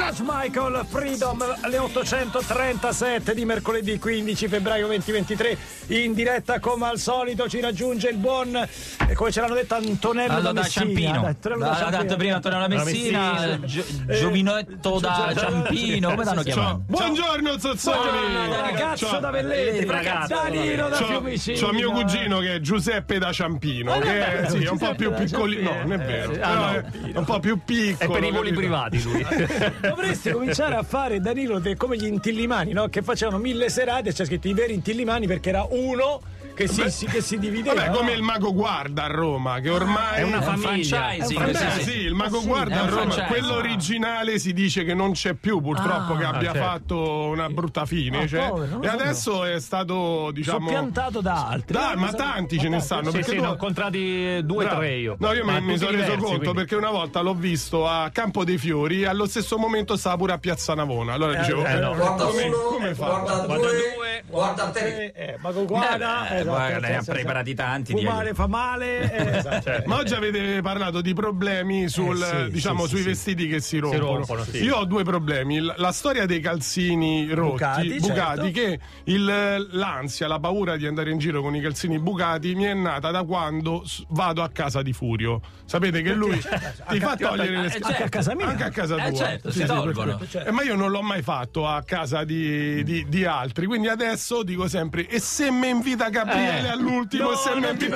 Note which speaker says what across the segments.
Speaker 1: George Michael Freedom alle 8.37 di mercoledì 15 febbraio 2023 in diretta come al solito ci raggiunge il buon e come ce l'hanno detto Antonello da
Speaker 2: Allora, da
Speaker 1: Messina
Speaker 2: Ciampino.
Speaker 1: Dai, Antonello da
Speaker 2: Allora,
Speaker 1: Ciampino.
Speaker 2: tanto prima Antonello da
Speaker 1: Da
Speaker 2: Messina, gio- giovinotto
Speaker 1: Eh,
Speaker 2: da
Speaker 1: gio- gio-
Speaker 2: Ciampino, come l'hanno chiamato?
Speaker 3: Buongiorno
Speaker 1: Ah, da
Speaker 3: Zozzoni!
Speaker 1: ragazzo da Velletri
Speaker 2: Ragazzo da
Speaker 1: Danilo da
Speaker 3: C'ho,
Speaker 1: Fiumicino
Speaker 3: c'ho mio cugino che è Giuseppe da Ciampino, che è, sì, è un po' più piccolino, no, non è vero, però è è un po' più piccolo.
Speaker 4: È per i voli
Speaker 3: capito? Eh,
Speaker 4: privati lui.
Speaker 1: dovresti cominciare a fare Danilo te- come gli intillimani no? che facevano mille serate e c'è scritto i veri intillimani perché era uno che si, si- che si divideva
Speaker 3: Vabbè,
Speaker 1: Eh, no?
Speaker 3: come il mago guarda a Roma, che ormai
Speaker 4: È una
Speaker 2: È un
Speaker 4: famiglia.
Speaker 2: franchising,
Speaker 3: Vabbè,
Speaker 2: sì,
Speaker 3: sì,
Speaker 2: sì.
Speaker 3: il mago
Speaker 2: è
Speaker 3: guarda a
Speaker 2: un
Speaker 3: Roma,
Speaker 2: franchise.
Speaker 3: quello originale si dice che non c'è più purtroppo, che abbia
Speaker 4: certo.
Speaker 3: fatto una brutta fine.
Speaker 1: Ah,
Speaker 3: cioè.
Speaker 1: povero, non lo
Speaker 3: e
Speaker 1: sapevo.
Speaker 3: adesso è stato, diciamo...
Speaker 1: soppiantato da altri
Speaker 3: Dai, ma
Speaker 1: Sa-
Speaker 3: tanti
Speaker 1: ma
Speaker 3: ce ne
Speaker 1: tanti.
Speaker 3: stanno.
Speaker 4: Sì,
Speaker 3: perché
Speaker 4: sì,
Speaker 3: tu-
Speaker 4: ne ho incontrati due o
Speaker 3: Bravo.
Speaker 4: tre io.
Speaker 3: No, io
Speaker 4: Ma
Speaker 3: mi, mi
Speaker 4: tutti
Speaker 3: sono reso
Speaker 4: diversi,
Speaker 3: conto
Speaker 4: quindi.
Speaker 3: perché una volta l'ho visto a Campo dei Fiori, allo stesso momento stava pure a Piazza Navona. Allora dicevo,
Speaker 4: eh, no.
Speaker 5: Guarda
Speaker 3: come,
Speaker 5: uno,
Speaker 3: come fa?
Speaker 5: guarda due, guarda tre.
Speaker 1: Eh, eh, ma con guarda,
Speaker 2: Eh, beh,
Speaker 1: esatto,
Speaker 2: guarda, ne ha preparati tanti, certo.
Speaker 1: Fumare
Speaker 2: direi.
Speaker 1: fa male. eh, esatto.
Speaker 3: Ma oggi avete parlato di problemi sul,
Speaker 4: Eh, sì,
Speaker 3: diciamo,
Speaker 4: sì,
Speaker 3: sui
Speaker 4: sì,
Speaker 3: vestiti che si rompono.
Speaker 4: rompono, sì.
Speaker 3: Io ho due problemi. Il- La storia dei calzini rotti,
Speaker 1: Bucati,
Speaker 3: bucati,
Speaker 1: certo.
Speaker 3: che il- l'ansia, la paura di andare in giro con i calzini bucati mi è nata da quando s- vado a casa di Furio. Sapete che lui
Speaker 4: Cioè,
Speaker 3: ti fa togliere le
Speaker 2: eh,
Speaker 3: scarpe.
Speaker 2: certo.
Speaker 1: Anche a casa mia.
Speaker 3: Anche a casa tua.
Speaker 2: Eh, certo, si tolgono.
Speaker 1: Cioè,
Speaker 3: Eh, ma io non l'ho mai fatto a casa di, di- di altri, quindi adesso dico sempre: e se mi invita Gabriele
Speaker 2: Eh,
Speaker 3: all'ultimo? e se me invi-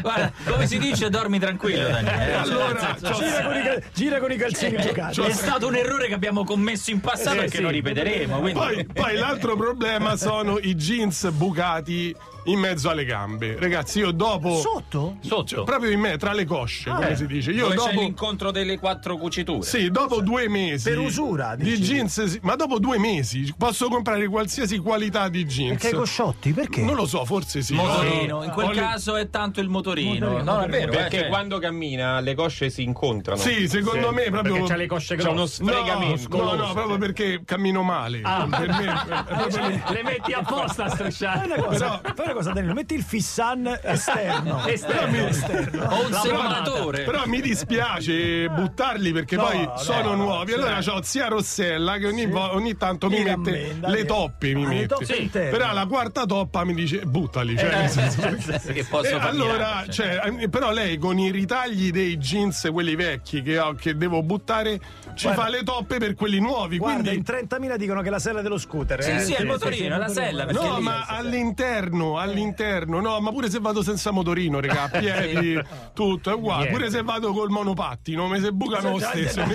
Speaker 2: Guarda, come si dice, dormi tranquillo, eh? Daniele.
Speaker 3: E
Speaker 2: Certo,
Speaker 3: allora,
Speaker 2: Cioè,
Speaker 3: cioè,
Speaker 1: gira, con i, cal-
Speaker 2: eh,
Speaker 1: gira con i calzini giocati.
Speaker 2: È stato un errore che abbiamo commesso in passato e che non ripeteremo. Quindi...
Speaker 3: Poi, poi l'altro problema sono i jeans bucati in mezzo alle gambe. Ragazzi, io dopo.
Speaker 2: eh,
Speaker 1: Sotto?
Speaker 4: Sotto.
Speaker 3: Proprio in me, tra le cosce, come si dice. Io
Speaker 2: Dove c'è
Speaker 3: dopo.
Speaker 2: l'incontro Cioè, delle quattro cuciture.
Speaker 3: Sì, dopo due mesi.
Speaker 1: Per usura,
Speaker 3: Di
Speaker 1: dici?
Speaker 3: jeans, sì, ma dopo due mesi posso comprare qualsiasi qualità di jeans.
Speaker 1: Perché cosciotti? Perché?
Speaker 3: Non lo so, forse sì.
Speaker 2: Motorino, in quel
Speaker 3: Ho le-
Speaker 2: caso è tanto il motorino.
Speaker 6: No, è vero,
Speaker 2: Perché
Speaker 6: perché quando cammina le cosce si incontrano.
Speaker 3: Sì, secondo me proprio.
Speaker 4: Perché c'ha le cosce
Speaker 6: C'è uno
Speaker 4: grosse.
Speaker 6: sfregamento.
Speaker 3: No, no, proprio perché cammino male. Per me- è proprio-
Speaker 4: Cioè, Le metti apposta a
Speaker 1: Fai una
Speaker 4: strisciare.
Speaker 1: cosa, fai una cosa, Danilo, metti il fissan esterno.
Speaker 4: Esterno.
Speaker 1: esterno.
Speaker 2: O un
Speaker 1: La
Speaker 2: separatore.
Speaker 3: Però mi dispiace buttarli perché
Speaker 1: No,
Speaker 3: poi
Speaker 1: no,
Speaker 3: sono
Speaker 1: no,
Speaker 3: nuovi. Allora c'ho zia Rossella che ogni, vo- ogni tanto mi,
Speaker 1: Mi
Speaker 3: mette
Speaker 1: rammenda,
Speaker 3: le
Speaker 1: via.
Speaker 3: toppe. Mi
Speaker 1: Ah, le
Speaker 3: mette.
Speaker 1: toppe Sì. interne.
Speaker 3: Però la quarta toppa mi dice buttali. Cioè, nel senso-
Speaker 2: che
Speaker 3: Eh,
Speaker 2: posso fare
Speaker 3: allora,
Speaker 2: miracoli,
Speaker 3: cioè, eh, però lei con i ritagli dei jeans, quelli vecchi che, ho- che devo buttare, ci
Speaker 1: Guarda.
Speaker 3: fa le toppe per quelli nuovi.
Speaker 1: Guarda,
Speaker 3: quindi
Speaker 1: in 30.000 dicono che la sella dello scooter.
Speaker 2: Sì,
Speaker 1: eh.
Speaker 2: sì, è il motorino, la sella. perché
Speaker 3: No,
Speaker 2: lì-
Speaker 3: ma all'interno, all'interno, no, ma pure se vado senza motorino, raga, a piedi, tutto è uguale.
Speaker 4: Niente.
Speaker 3: Pure se vado col monopattino, mi se bucano lo stesso.
Speaker 1: Non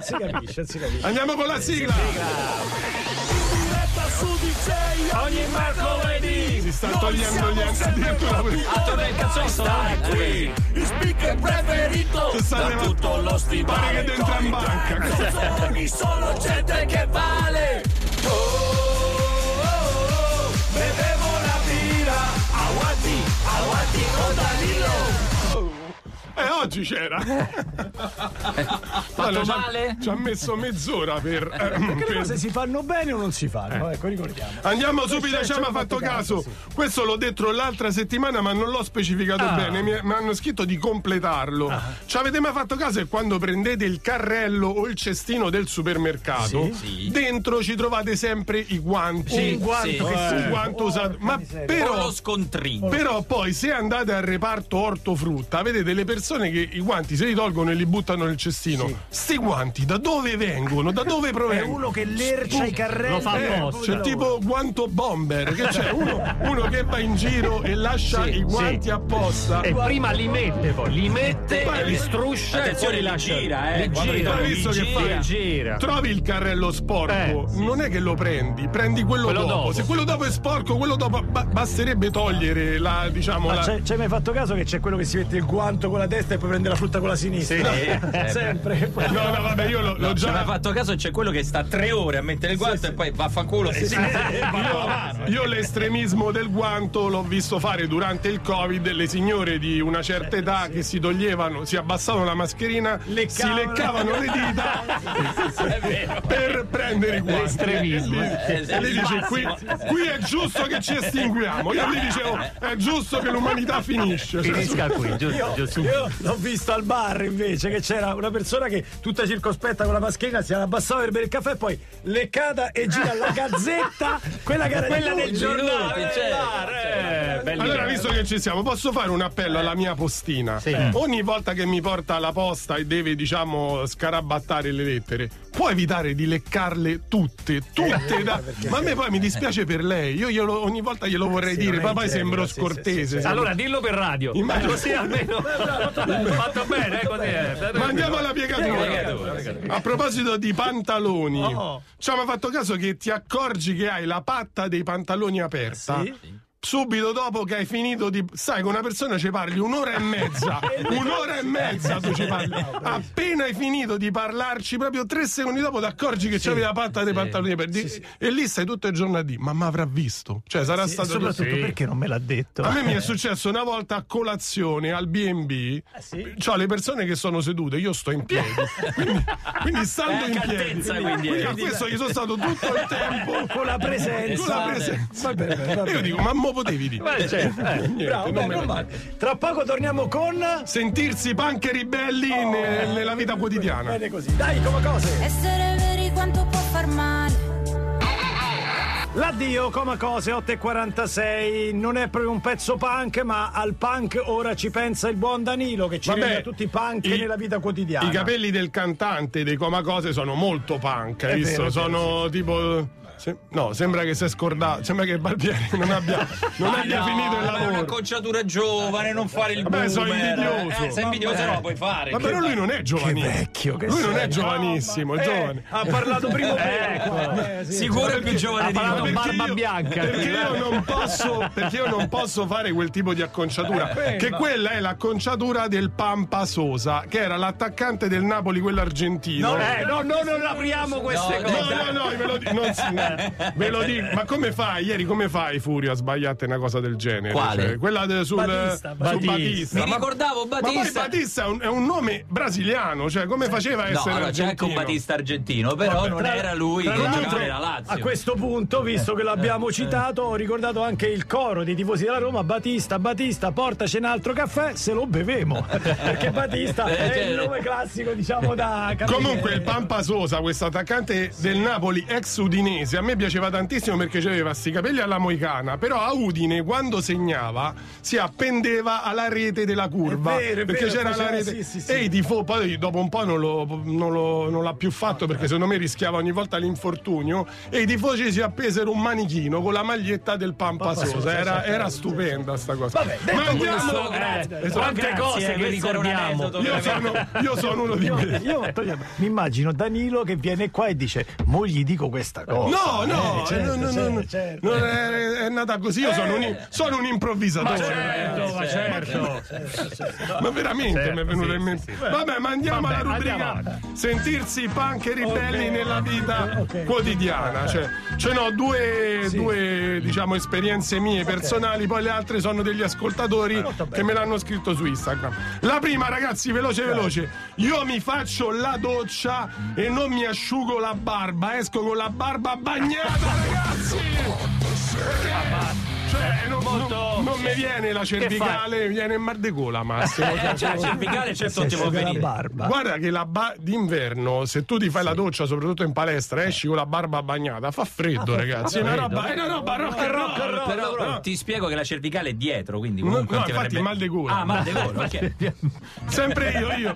Speaker 1: si capisce, non si capisce.
Speaker 3: Andiamo con la sigla!
Speaker 1: Ogni mercoledì
Speaker 3: Si sta togliendo gli addirittura questo.
Speaker 2: Attorno al cazzotto, dai.
Speaker 7: Il speaker preferito
Speaker 3: Si sta
Speaker 7: da tutto lo
Speaker 3: levando. Pare che
Speaker 7: stivale
Speaker 3: dentro è in banca.
Speaker 7: Ogni solo gente che vale Oh, oh, oh, bevevo la birra Aguanti, aguanti con Danilo
Speaker 3: E Eh, oggi c'era. Allora, ci ha-
Speaker 2: male?
Speaker 3: Ci ha messo mezz'ora per. ehm,
Speaker 1: Perché le
Speaker 3: per-
Speaker 1: cose si fanno bene o non si
Speaker 2: Eh.
Speaker 1: fanno? Ecco, ricordiamo.
Speaker 3: Andiamo subito,
Speaker 1: Cioè,
Speaker 3: ci hanno fatto caso. Questo l'ho detto l'altra settimana, ma non l'ho specificato bene. Mi, mi hanno scritto di completarlo. Ci avete mai fatto caso che quando prendete il carrello o il cestino del supermercato, dentro ci trovate sempre i guanti.
Speaker 2: Sì,
Speaker 3: un guanto,
Speaker 2: sì.
Speaker 3: che- un guanto usato. Ma
Speaker 2: Con
Speaker 3: però.
Speaker 2: lo scontrino.
Speaker 3: Però poi se andate al reparto ortofrutta vedete le persone che i guanti se li tolgono e li buttano nel cestino. Sti guanti da dove vengono? Da dove
Speaker 1: È
Speaker 3: provengono?
Speaker 1: uno che lercia i carrelli.
Speaker 4: Lo fa
Speaker 1: Eh,
Speaker 4: apposta.
Speaker 3: C'è cioè, tipo guanto bomber, che c'è uno, uno che va in giro e lascia i guanti
Speaker 4: sì.
Speaker 3: apposta.
Speaker 4: E prima li mette poi, li mette
Speaker 3: Poi
Speaker 4: e
Speaker 3: li-
Speaker 4: li struscia.
Speaker 2: Attenzione, li
Speaker 4: e poi lascia-
Speaker 2: gira, eh,
Speaker 4: Li
Speaker 2: quando
Speaker 4: gira,
Speaker 3: ritorna.
Speaker 4: li
Speaker 3: Visto che
Speaker 4: gira.
Speaker 3: fa-
Speaker 4: Li gira.
Speaker 3: Trovi il carrello sporco,
Speaker 4: Eh, sì,
Speaker 3: non è che lo prendi, prendi quello,
Speaker 4: Quello
Speaker 3: dopo.
Speaker 4: dopo.
Speaker 3: Se quello dopo è sporco, quello dopo ba- basterebbe togliere la, diciamo,
Speaker 1: Ma
Speaker 3: la-
Speaker 1: c'è,
Speaker 3: Eh,
Speaker 1: c'hai mai fatto caso che c'è quello che si mette il guanto con la destra e poi prende la frutta con la sinistra?
Speaker 4: Sì.
Speaker 1: Sempre. Poi
Speaker 3: No, no, vabbè, io l'ho, l'ho
Speaker 2: Ci hai
Speaker 3: già.
Speaker 2: fatto caso c'è quello che sta tre ore a mettere il guanto e poi vaffanculo si
Speaker 3: Io, io l'estremismo del guanto l'ho visto fare durante il Covid le signore di una certa età che si toglievano, si abbassavano la mascherina, si
Speaker 1: Leccavano.
Speaker 3: leccavano le dita per prendere i guanti.
Speaker 4: L'estremismo,
Speaker 3: E lì- e lì dice: qui, qui è giusto che ci estinguiamo. Io lì dicevo: è giusto che l'umanità finisce. Cioè,
Speaker 4: Finisca qui, giusto, giusto.
Speaker 1: Io l'ho visto al bar invece che c'era una persona che tutta circospetta con la mascherina si era abbassata per bere il caffè e poi leccata e gira la gazzetta, quella che era
Speaker 2: Quella
Speaker 1: di
Speaker 2: del
Speaker 1: Luigi.
Speaker 3: cioè,
Speaker 2: giornale, certo.
Speaker 4: Eh, belli.
Speaker 3: Allora, visto che ci siamo, posso fare un appello alla mia postina? Eh.
Speaker 4: Mm.
Speaker 3: Ogni volta che mi porta la posta e deve, diciamo, scarabattare le lettere, può evitare di leccarle tutte,
Speaker 4: Eh,
Speaker 3: tutte. da- Ma a me poi mi dispiace per lei. Io glielo- ogni volta glielo vorrei dire, ma poi sembro scortese.
Speaker 4: Allora, dillo per radio.
Speaker 3: Immagino-
Speaker 4: Così almeno. Fatto bene, eh, così. eh.
Speaker 3: Ma andiamo alla piegatura. A proposito di pantaloni,
Speaker 1: Oh.
Speaker 3: ci mi ha fatto caso che ti accorgi che hai la patta dei pantaloni aperta. Subito dopo che hai finito di. Sai, con una persona ci parli un'ora e mezza. un'ora e mezza tu ci parli. Appena hai finito di parlarci, proprio tre secondi dopo ti accorgi che c'avevi la patta dei pantaloni aperti. E lì stai tutto il giorno a dire: Ma mi avrà visto? Cioè, sarà
Speaker 1: E
Speaker 3: stato.
Speaker 1: soprattutto
Speaker 4: Sì.
Speaker 1: perché non me l'ha detto?
Speaker 3: A me mi è successo una volta a colazione al BB,
Speaker 1: Ah,
Speaker 3: cioè le persone che sono sedute, io sto in piedi, quindi, quindi stando
Speaker 2: Eh,
Speaker 3: in piedi.
Speaker 2: cadenza, quindi,
Speaker 3: Quindi
Speaker 2: eh.
Speaker 3: a questo gli sono stato tutto il tempo
Speaker 1: con la presenza.
Speaker 3: con la presenza. E Esatto. io dico, ma mo potevi dire?
Speaker 4: Eh, certo, eh.
Speaker 3: Niente,
Speaker 1: Bravo,
Speaker 3: non
Speaker 1: beh,
Speaker 3: me
Speaker 1: non
Speaker 3: la-
Speaker 1: male. Tra poco torniamo con
Speaker 3: Sentirsi panche ribelli ne- nella vita quotidiana.
Speaker 1: Oh. Bene così. Dai, come cose.
Speaker 8: Essere veri quanto può far male.
Speaker 1: L'addio, come cose, 8.46. Non è proprio un pezzo punk, ma al punk ora ci pensa il buon Danilo che ci
Speaker 3: Vabbè,
Speaker 1: rende a tutti i punk
Speaker 3: i-
Speaker 1: nella vita quotidiana.
Speaker 3: I capelli del cantante dei Comacose sono molto punk, hai visto?
Speaker 1: vero, è vero,
Speaker 3: sono tipo. se- no, sembra che si è scordato. Sembra che Barbieri non abbia, non
Speaker 1: Ah,
Speaker 3: abbia finito il
Speaker 2: È
Speaker 3: lavoro.
Speaker 2: un'acconciatura giovane, non fare il
Speaker 3: Vabbè,
Speaker 2: boomer.
Speaker 3: sono invidioso.
Speaker 2: Eh, sei invidioso, non la puoi fare.
Speaker 3: Ma
Speaker 2: Che
Speaker 3: però
Speaker 2: fai?
Speaker 3: lui non è giovanissimo.
Speaker 1: vecchio che
Speaker 3: lui non
Speaker 1: sei.
Speaker 3: è giovanissimo, è
Speaker 1: Eh,
Speaker 3: giovane.
Speaker 2: ah,
Speaker 1: Ha parlato prima te. qua. Eh, sì.
Speaker 2: Sicuro è più giovane
Speaker 4: Ha
Speaker 2: di
Speaker 4: ecco, parlato
Speaker 2: noi.
Speaker 4: barba
Speaker 3: io-
Speaker 4: bianca.
Speaker 3: Perché io, non posso, perché io non posso fare quel tipo di
Speaker 2: Eh,
Speaker 3: acconciatura. che quella è l'acconciatura del Pampa Sosa, che era l'attaccante del Napoli, quello argentino.
Speaker 4: No, eh, no, no, non apriamo queste
Speaker 2: No,
Speaker 4: cose.
Speaker 3: No, no, no, ve lo, di- non si- no, ve lo dico. Ma come fai? Ieri come fai, Furio, a sbagliarti una cosa del genere? Cioè,
Speaker 2: Quale?
Speaker 3: quella de- sul
Speaker 1: Batista,
Speaker 3: su
Speaker 4: Batista.
Speaker 3: Batista.
Speaker 2: Mi
Speaker 3: Ma-
Speaker 2: ricordavo
Speaker 3: Ma poi
Speaker 2: Batista.
Speaker 3: Batista è un, è un nome brasiliano, cioè come faceva a
Speaker 2: No,
Speaker 3: essere
Speaker 2: allora c'è anche un
Speaker 3: argentino?
Speaker 2: Batista argentino, però non
Speaker 1: Tra-
Speaker 2: era lui che
Speaker 1: tra l'altro,
Speaker 2: giocava nella Lazio. Eh,
Speaker 1: A questo punto, visto che l'abbiamo citato, ho ricordato anche il coro dei tifosi della Roma. Batista, Batista, portaci un altro caffè, se lo bevemo. Perché Batista
Speaker 2: Eh,
Speaker 1: è il
Speaker 2: cioè-
Speaker 1: nome classico, diciamo, da capire.
Speaker 3: Comunque il Pampa Sosa, questo attaccante del Napoli ex udinese, a me piaceva tantissimo perché aveva sti capelli alla moicana, però a Udine quando segnava si appendeva alla rete della curva,
Speaker 1: È vero, è
Speaker 3: perché
Speaker 1: vero,
Speaker 3: c'era la
Speaker 1: faceva-
Speaker 3: rete
Speaker 1: sì, sì, sì.
Speaker 3: e i tifo poi dopo un po' non, lo- non lo- non l'ha più fatto perché secondo me rischiava ogni volta l'infortunio e i tifosi si appesero un manichino con la maglietta del Pampa Sosa, era,
Speaker 1: certo.
Speaker 3: era stupenda sta cosa. Ma andiamo...
Speaker 4: Eh,
Speaker 3: Esatto.
Speaker 4: quante cose che
Speaker 2: questo era un
Speaker 4: ricordiamo.
Speaker 2: aneddoto
Speaker 3: Io sono, io sono uno di quelli.
Speaker 1: Io Antonio, mi immagino Danilo che viene qua e dice: Mo gli dico questa cosa.
Speaker 3: No, no,
Speaker 1: Eh, certo,
Speaker 3: no, no,
Speaker 1: certo,
Speaker 3: no, no.
Speaker 1: certo.
Speaker 3: Non è, è nata così. Io sono un, sono un improvvisatore.
Speaker 4: Certo, Eh. ma certo.
Speaker 3: Ma veramente
Speaker 4: Certo,
Speaker 3: mi è venuto
Speaker 4: sì,
Speaker 3: in mente. Vabbè, ma andiamo
Speaker 4: Vabbè,
Speaker 3: alla rubrica.
Speaker 4: andiamo
Speaker 3: Sentirsi punk e ribelli nella vita
Speaker 1: ok.
Speaker 3: quotidiana. Cioè, cioè no, due, due, diciamo, esperienze mie personali, poi le altre sono degli ascoltatori che me l'hanno scritto su Instagram. La prima, ragazzi, veloce veloce. Io mi faccio la doccia e non mi asciugo la barba, esco con la barba bagnata, ragazzi! Perché- Cioè, non, non-
Speaker 4: Molto-
Speaker 3: non mi viene la cervicale, mi viene il mar de gola, Massimo.
Speaker 2: Eh, cioè, il cervicale c'è
Speaker 1: Si
Speaker 2: tutti può
Speaker 1: asciuga la
Speaker 2: venire.
Speaker 1: barba.
Speaker 3: Guarda che la ba- d'inverno, se tu ti fai la doccia, soprattutto in palestra, esci con la barba bagnata, fa freddo, ragazzi. È una roba, è una roba rock and roll, rock and
Speaker 2: Però
Speaker 3: roll.
Speaker 2: però
Speaker 3: no.
Speaker 2: ti spiego che la cervicale è dietro, quindi
Speaker 3: No,
Speaker 2: comunque
Speaker 3: no,
Speaker 2: non ti
Speaker 3: infatti,
Speaker 2: verrebbe-
Speaker 3: mal di culo.
Speaker 2: Ah, mal di culo, ok. Eh
Speaker 3: Sempre io, io.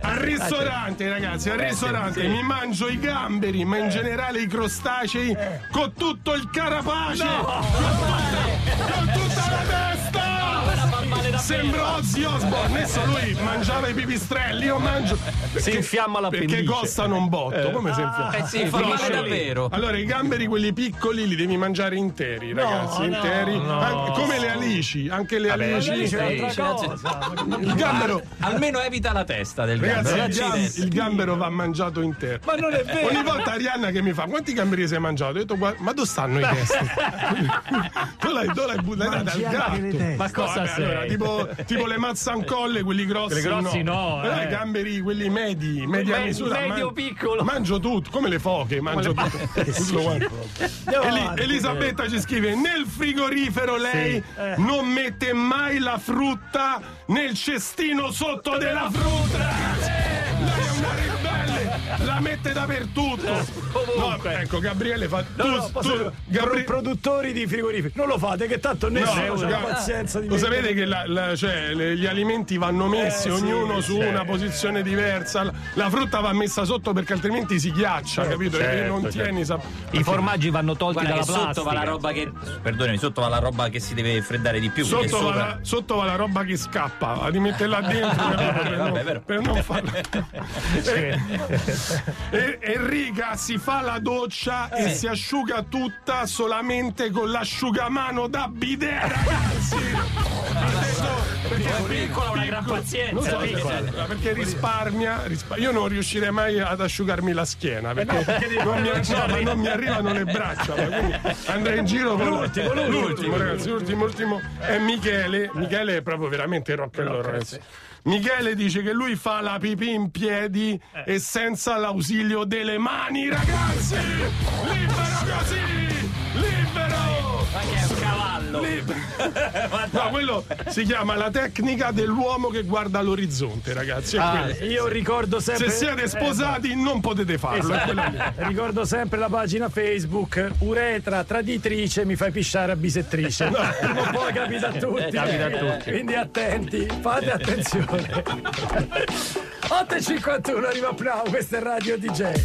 Speaker 3: Al ristorante, ragazzi, al ristorante mi mangio i gamberi, ma in generale i crostacei, con tutto il carapace, con, tutta, con tutta la testa!
Speaker 2: Fa male da
Speaker 3: Sembra Ozzy Osbourne, adesso lui mangiava i pipistrelli, io mangio.
Speaker 1: Si infiamma la
Speaker 3: Perché costano un botto, come si infiamma?
Speaker 2: Eh sì, fa male
Speaker 3: Finisce lì.
Speaker 2: davvero.
Speaker 3: Allora, i gamberi, quelli piccoli, li devi mangiare interi, ragazzi. interi. An- come le alici, anche le alici.
Speaker 1: Alice è un'altra
Speaker 2: sì, sì.
Speaker 1: cosa.
Speaker 3: Il gambero.
Speaker 2: Almeno evita la testa del
Speaker 3: Ragazzi,
Speaker 2: gambero.
Speaker 3: il, gam-
Speaker 2: l'accidente.
Speaker 3: il gambero va mangiato intero.
Speaker 1: Ma non è vero.
Speaker 3: Ogni volta Arianna che mi fa quanti gamberi sei mangiato? Io ho detto, "Guarda, ma dove stanno i testi? tu l'hai, tu l'hai buttata dal gatto.
Speaker 4: Ma cosa
Speaker 3: Vabbè, allora,
Speaker 4: sei?
Speaker 3: tipo, tipo le mazzancolle, quelli grossi.
Speaker 4: Quelli grossi no,
Speaker 3: Però
Speaker 4: eh.
Speaker 3: i gamberi, quelli medi, media
Speaker 4: Me-
Speaker 3: misura.
Speaker 4: medio piccolo.
Speaker 3: Mangio tutto, come le foche, mangio tutto. Tutto quanto. Eli- Elisabetta ci scrive: Nel frigorifero lei
Speaker 1: Eh.
Speaker 3: non mette mai la frutta nel cestino sotto della frutta.
Speaker 1: Eh.
Speaker 3: Lei è una ribelle, la mette dappertutto. No, ecco, Gabriele fa. Tu,
Speaker 1: No, posso
Speaker 3: tu-
Speaker 1: dire,
Speaker 3: Gabri-
Speaker 1: pro- produttori di frigoriferi. Non lo fate, che tanto nessuno
Speaker 3: No,
Speaker 1: ha la
Speaker 3: Gab-
Speaker 1: pazienza di
Speaker 3: Lo sapete che la- la- cioè, le- gli alimenti vanno messi
Speaker 1: Eh, sì,
Speaker 3: ognuno su
Speaker 1: sì.
Speaker 3: una posizione diversa. La, la frutta va messa sotto perché altrimenti si ghiaccia,
Speaker 1: Eh,
Speaker 3: capito? e
Speaker 4: certo,
Speaker 3: non
Speaker 4: certo.
Speaker 3: tieni. sa-
Speaker 4: I formaggi vanno tolti
Speaker 2: Guarda che
Speaker 4: dalla
Speaker 2: sotto va
Speaker 4: plastica.
Speaker 2: la roba che. Perdonami, sotto va la roba che si deve freddare di più. perché
Speaker 3: Sotto va,
Speaker 2: sopra-
Speaker 3: la, sotto va la roba che scappa, a rimetterla dentro per,
Speaker 2: Vabbè, è
Speaker 3: non,
Speaker 2: vero.
Speaker 3: per non farla. E- e- Enrica si fa la doccia
Speaker 2: Eh.
Speaker 3: e si asciuga tutta solamente con l'asciugamano da bidet, ragazzi! Ha detto- perché è piccola, una gran
Speaker 4: pazienza,
Speaker 3: Eh,
Speaker 4: piccola.
Speaker 3: perché risparmia, rispa- io non riuscirei mai ad asciugarmi la schiena Eh, perché non, mi, no, ma non mi arrivano le braccia ma quindi andrei in giro con l'ultimo, l'ultimo, ragazzi, l'ultimo, l'ultimo è Michele Michele è proprio veramente rock and roll ragazzi. Michele dice che lui fa la pipì in piedi e senza l'ausilio delle mani ragazzi libero così libero
Speaker 2: Ma che è un cavallo?
Speaker 3: No, quello si chiama la tecnica dell'uomo che guarda l'orizzonte, ragazzi. è quello.
Speaker 1: Io ricordo sempre. Eh,
Speaker 3: Se siete
Speaker 1: Esatto.
Speaker 3: sposati non potete farlo. è quello lì.
Speaker 1: Ricordo sempre la pagina Facebook Uretra traditrice mi fai pisciare a bisettrice. No, prima o poi capita a tutti.
Speaker 4: Eh, Capita a tutti.
Speaker 1: Quindi attenti, fate attenzione. 8.51 arriva Plau, questa è Radio DJ.